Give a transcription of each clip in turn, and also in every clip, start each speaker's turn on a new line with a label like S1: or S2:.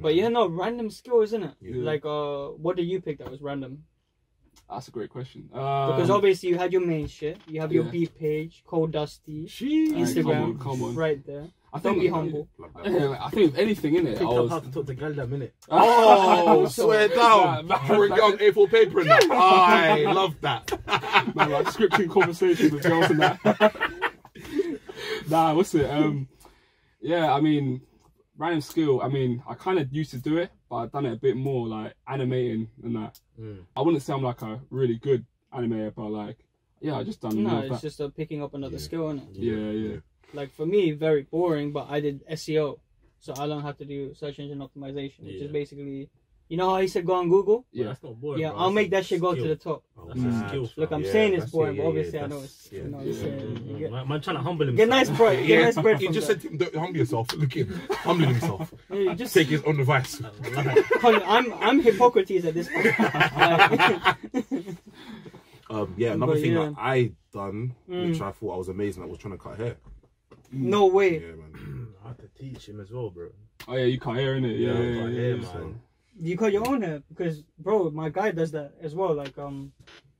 S1: But yeah, no, random skill, isn't it?
S2: Yeah.
S1: Like, uh, what did you pick that was random?
S2: That's a great question. Um,
S1: Because obviously you had your main shit, you have your
S2: yeah.
S1: B page, Cold Dusty,
S2: she
S1: Instagram,
S2: Come on, come on.
S1: right there.
S2: I
S1: Don't be
S2: I-
S1: humble.
S2: I think if anything in it,
S3: Picked
S2: I
S3: up
S2: was.
S3: how to talk to girl that minute.
S2: Oh,
S4: swear down.
S2: Nah, nah,
S4: Bring
S2: nah.
S4: up A4 paper in that. I love that.
S2: man, like scripting conversations with girls and that. nah, what's it? Um, yeah, I mean, random skill. I mean, I kind of used to do it, but I've done it a bit more, like animating and that.
S3: Mm.
S2: I wouldn't say I'm like a really good animator, but like, yeah, I just done more
S1: No,
S2: of
S1: it's
S2: that.
S1: just uh, picking up another
S4: Yeah.
S1: skill in it.
S2: Yeah, yeah.
S1: Like for me, very boring, but I did SEO, so I learned how to do search engine optimization, which
S3: Yeah.
S1: is basically, you know how he said go on Google.
S3: Yeah,
S2: Yeah.
S3: that's not boring.
S1: yeah,
S3: bro.
S1: I'll
S3: That's
S1: make
S3: a
S1: that shit go to
S3: skill.
S1: the top.
S4: Oh,
S3: That's a
S2: Nah.
S3: skill.
S1: Look, I'm
S4: Yeah,
S1: saying it's
S4: that's-
S1: boring,
S4: yeah,
S1: but obviously
S4: yeah,
S1: I know
S4: that's-
S1: it's. You
S4: yeah.
S1: know,
S2: Yeah.
S1: it's uh, you get,
S3: Mm, Man, man trying to humble himself.
S1: get nice pride. Get nice pride.
S4: He
S1: from
S4: just said
S1: that.
S4: to him, "Don't- humble yourself. Look at him, humbling himself.
S1: Yeah, you just
S4: Take his own advice.
S1: Con- I'm I'm Hippocrates at this point. Like,
S4: Um, yeah, another
S1: But
S4: thing
S1: yeah.
S4: that I done,
S1: Mm.
S4: which I thought I was amazing at, was trying to cut hair.
S1: no
S4: Yeah,
S1: way.
S4: man.
S3: I had to teach him as well, bro.
S2: Oh yeah, you can't hear in it. Yeah, yeah, yeah.
S3: but
S2: yeah,
S3: man.
S4: So-
S1: You cut your own hair because, bro, my guy does that as well. Like, um,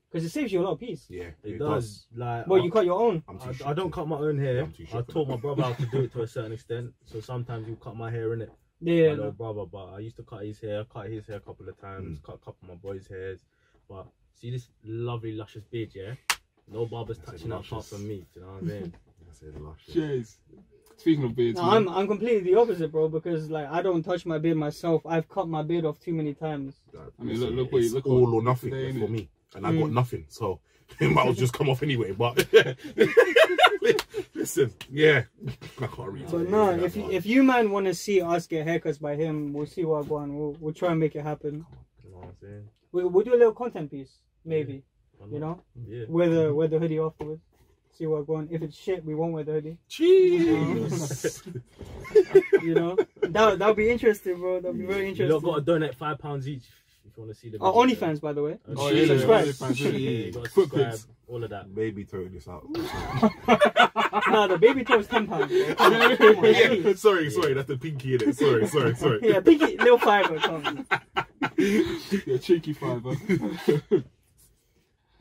S1: because it saves you a lot of peace.
S4: Yeah,
S3: It, does. Like,
S1: Well,
S3: I-
S1: you cut your own.
S4: I'm too shook
S3: I, I don't
S4: to-
S3: cut my own hair.
S4: I'm too
S3: I
S4: shook for
S3: taught
S4: that.
S3: my brother how to do it to a certain extent. So sometimes you cut my hair in it. my
S1: Yeah.
S3: little
S1: no.
S3: brother, but I used to cut his hair, cut his hair a couple of
S4: Mm.
S3: times, cut a couple of my boys' hairs. But see this lovely luscious beard, yeah? No barber's
S4: That's
S3: touching that apart
S4: luscious.
S3: from me, do you know what I mean?
S4: I said lush.
S2: Jeez. Speaking of beards,
S1: No,
S2: man.
S1: I'm I'm completely the opposite, bro. Because like I don't touch my beard myself. I've cut my beard off too many times.
S4: Like,
S2: I mean,
S4: listen,
S2: look- look what you-
S4: it's
S2: look
S4: all
S2: what-
S4: or nothing
S2: today,
S4: for
S2: innit?
S4: me, and I
S1: Mm.
S4: got nothing, so it might as well just come off anyway. But listen, yeah, I can't read.
S1: But no, if you, if you man want to see us get haircuts by him, we'll see what go on. We'll we'll try and make it happen.
S3: You know what I'm saying?
S1: We will do a little content piece, maybe.
S3: Why
S1: You
S3: not?
S1: know,
S3: Yeah.
S1: wear the wear the hoodie afterwards. See what go on. If it's shit, we won't wear the hoodie.
S4: cheese,
S1: You know, that that'll be interesting, bro. That'll be very
S3: You lot
S1: interesting.
S3: got to donate five pounds each if you want to see the
S1: Our Oh,
S3: video.
S1: OnlyFans, by the way.
S2: Oh,
S3: yeah,
S2: yeah, yeah,
S1: Subscribe.
S2: OnlyFans,
S3: yeah,
S2: yeah.
S3: you gotta
S2: Quick
S3: subscribe,
S2: picks.
S3: all of that.
S4: maybe throw this out.
S1: nah, the baby toe is ten pounds.
S4: yeah, sorry, sorry, that's the pinky in it. Sorry, sorry, sorry.
S1: yeah, pinky little fiber. come.
S2: yeah, cheeky fiver.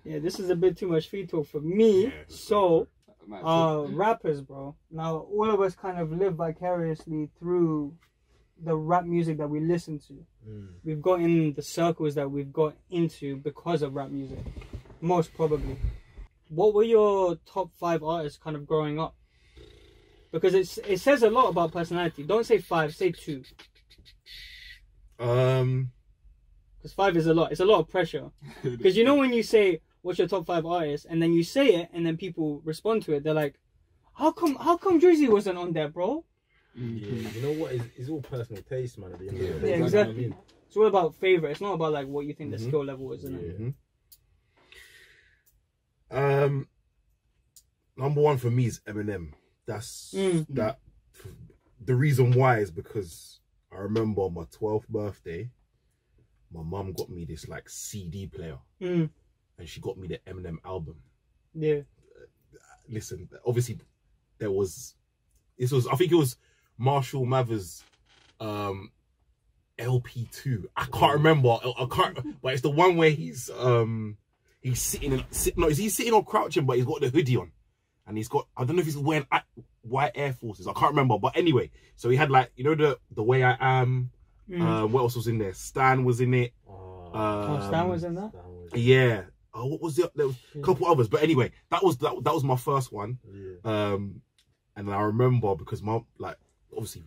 S1: Yeah, this is a bit too much feed talk for me.
S4: Yeah.
S1: so,
S2: Man,
S1: uh, rappers, bro. Now all of us kind of live vicariously through the rap music that we listen to.
S3: Mm.
S1: We've got in the circles that we've got into because of rap music, most probably. What were your top five artists kind of growing up? Because it's it says a lot about personality. Don't say five, say two.
S4: Um,
S1: Because five is a lot. It's a lot of pressure. Because you know when you say what's your top five artists, and then you say it, and then people respond to it. They're like, "How come? How come Drizzy wasn't on there, bro?"
S3: Yeah, you know what? It's, it's all personal taste, man. At the end
S4: Yeah.
S3: of the day.
S1: Yeah,
S3: You know what I
S1: exactly.
S3: mean?
S1: It's all about favorite. It's not about like what you think the
S4: Mhm.
S1: skill level is. Isn't it?
S3: Yeah.
S4: mhm. um, number one for me is Eminem. That's
S1: Mm.
S4: that. The reason why is because I remember on my twelfth birthday, my mum got me this like CD player,
S1: Mm,
S4: and she got me the Eminem album.
S1: yeah.
S4: listen, obviously there was this was I think it was Marshall Mathers um LP two. I
S1: Oh.
S4: can't remember. I, I can't but it's the one where he's um he's sitting in sit, no, is he sitting or crouching but he's got the hoodie on. And he's got I don't know if he's wearing a- white air forces. I can't remember. But anyway, so he had like you know the the way I am,
S1: Mm.
S4: uh, what else was in there? Stan was in it.
S3: Oh,
S4: Um,
S1: oh, Stan was in that.
S3: that was-
S4: Yeah. Oh, what was the there was a
S1: Shit.
S4: couple others, but anyway, that was that, that was my first one.
S3: yeah.
S4: Um, and I remember because my like obviously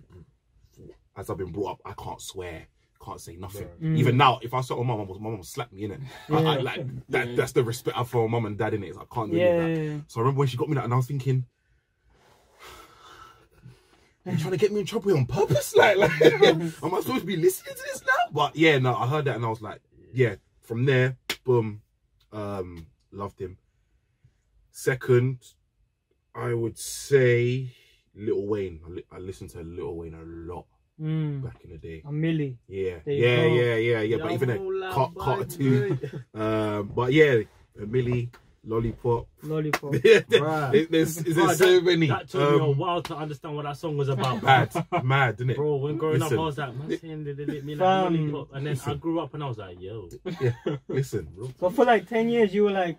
S4: as I've been brought up, I can't swear, can't say nothing.
S3: Bruh.
S1: Mm.
S4: Even now, if I swear, my mum, my mum slap me in it. I,
S1: Yeah.
S4: like that.
S2: Yeah.
S4: That's the respect I have for my mum and dad in it. I can't do
S1: Yeah,
S4: any of
S1: Mm. yeah,
S4: that.
S1: yeah.
S4: So I remember when she got me that, and I was thinking. You trying to get me in trouble on purpose? Like, like, am I supposed to be listening to this now? But yeah, no, I heard that and I was like, yeah. From there, boom, um, loved him. Second, I would say Little Wayne. I, li- I listened to Little Wayne a lot
S1: Mm.
S4: back in the day.
S1: A milli.
S4: Yeah,
S1: There you
S4: yeah,
S1: go.
S4: yeah, yeah, yeah. But even then,
S3: Young
S4: Car- Carter
S3: Lambert,
S4: Two.
S3: boy.
S4: Um, but yeah, Millie, Lollipop.
S1: Lollipop.
S4: There-
S3: Bruh.
S4: there- there's
S3: Bruh,
S4: there's so many.
S3: That took me a
S4: Um,
S3: while to understand what that song was about.
S4: Bad, mad, didn't it?
S3: Bro, when growing
S4: Listen.
S3: up, I was like, man, saying they lit me like
S1: Fam.
S3: lollipop. And then I grew up and I was like, yo.
S4: Listen,
S1: So for like ten years, you were like,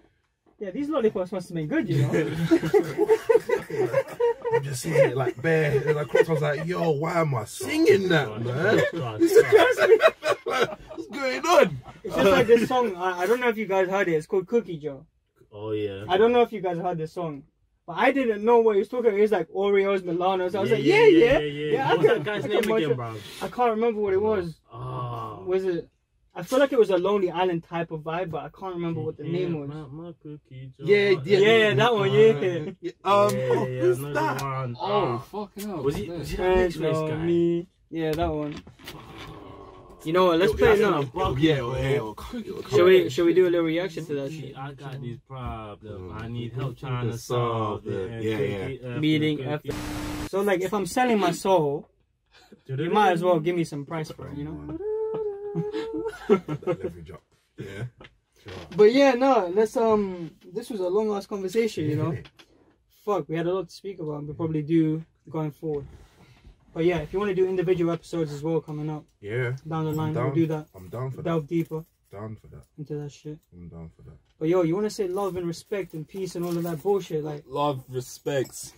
S1: yeah, these lollipops must have been good, you know.
S4: I'm just seeing it like bare. and Like I was like, yo, why am I singing that,
S3: God,
S4: man?
S3: God, God.
S4: What's going on?
S1: It's just like this song. I, I don't know if you guys heard it. It's called Cookie Jar.
S3: Oh, yeah.
S1: I don't know if you guys heard this song, but I didn't know what he was talking. about. It was like Oreos, Milanos. I was like, yeah, yeah,
S3: yeah, yeah.
S1: yeah, I
S3: What's
S1: can-
S3: that guy's
S1: I
S3: name
S1: can watch
S3: again,
S1: it.
S3: bro?
S1: I can't remember what it was.
S3: Ah.
S1: Was it? I feel like it was a Lonely Island type of vibe, but I can't remember what the name was.
S3: My, my cookie jar.
S4: Yeah, yeah,
S1: Yeah, that one.
S4: Yeah,
S1: Yeah.
S4: Um,
S3: Yeah,
S4: oh,
S3: yeah,
S4: who's
S3: another
S4: that?
S3: one.
S2: Oh,
S3: Ah.
S2: fucking hell.
S3: Was he?
S2: Yeah.
S3: Was he that
S1: Thanks,
S3: X race
S1: no,
S3: guy?
S1: me. Yeah, that one. You know what? Let's
S4: Yo,
S1: play it
S4: yeah,
S1: now.
S4: yo, Oh, Yeah, yo, yeah, yo, come- yo, come
S1: Shall we?
S4: on.
S1: Shall we do a little reaction to that
S3: See,
S1: shit?
S3: I got these problems.
S4: Mm.
S3: I need help trying to
S4: To
S3: solve
S4: solve
S3: it.
S4: it.
S3: And
S4: Yeah,
S3: cookie after
S1: Meeting
S3: cookie.
S1: after. So like, if I'm selling my soul, you might as well give me some price for it, you know.
S4: That leverage up. Yeah.
S1: But yeah, no, let's um. This was a long ass conversation, you know. Fuck, we had a lot to speak about. and We probably do going forward. But yeah, if you want to do individual episodes as well coming up
S4: Yeah.
S1: down the line,
S4: I'm down.
S1: we'll do that.
S4: I'm down for that.
S1: Delve deeper
S4: Down for that.
S1: into that shit.
S4: I'm down for that.
S1: But yo, you want to say love and respect and peace and all of that bullshit, like
S2: Love, respect.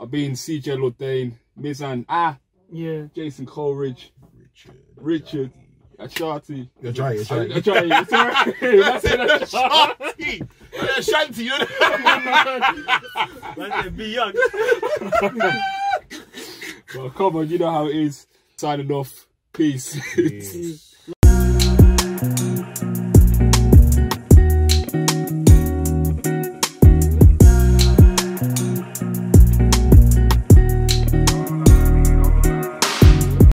S2: I've been CJ Lordane, Mizan, Ah,
S1: yeah.
S2: Jason Coleridge,
S4: Richard.
S2: Richard, Ashati.
S4: You're dry, you're dry.
S2: Ashati, it's alright. That's it, that's Ashati.
S4: Shanty! Yeah, Shanty, you know?
S3: Let's say, be young.
S2: Well, come on, you know how it is. Signing off. Peace.
S4: Peace.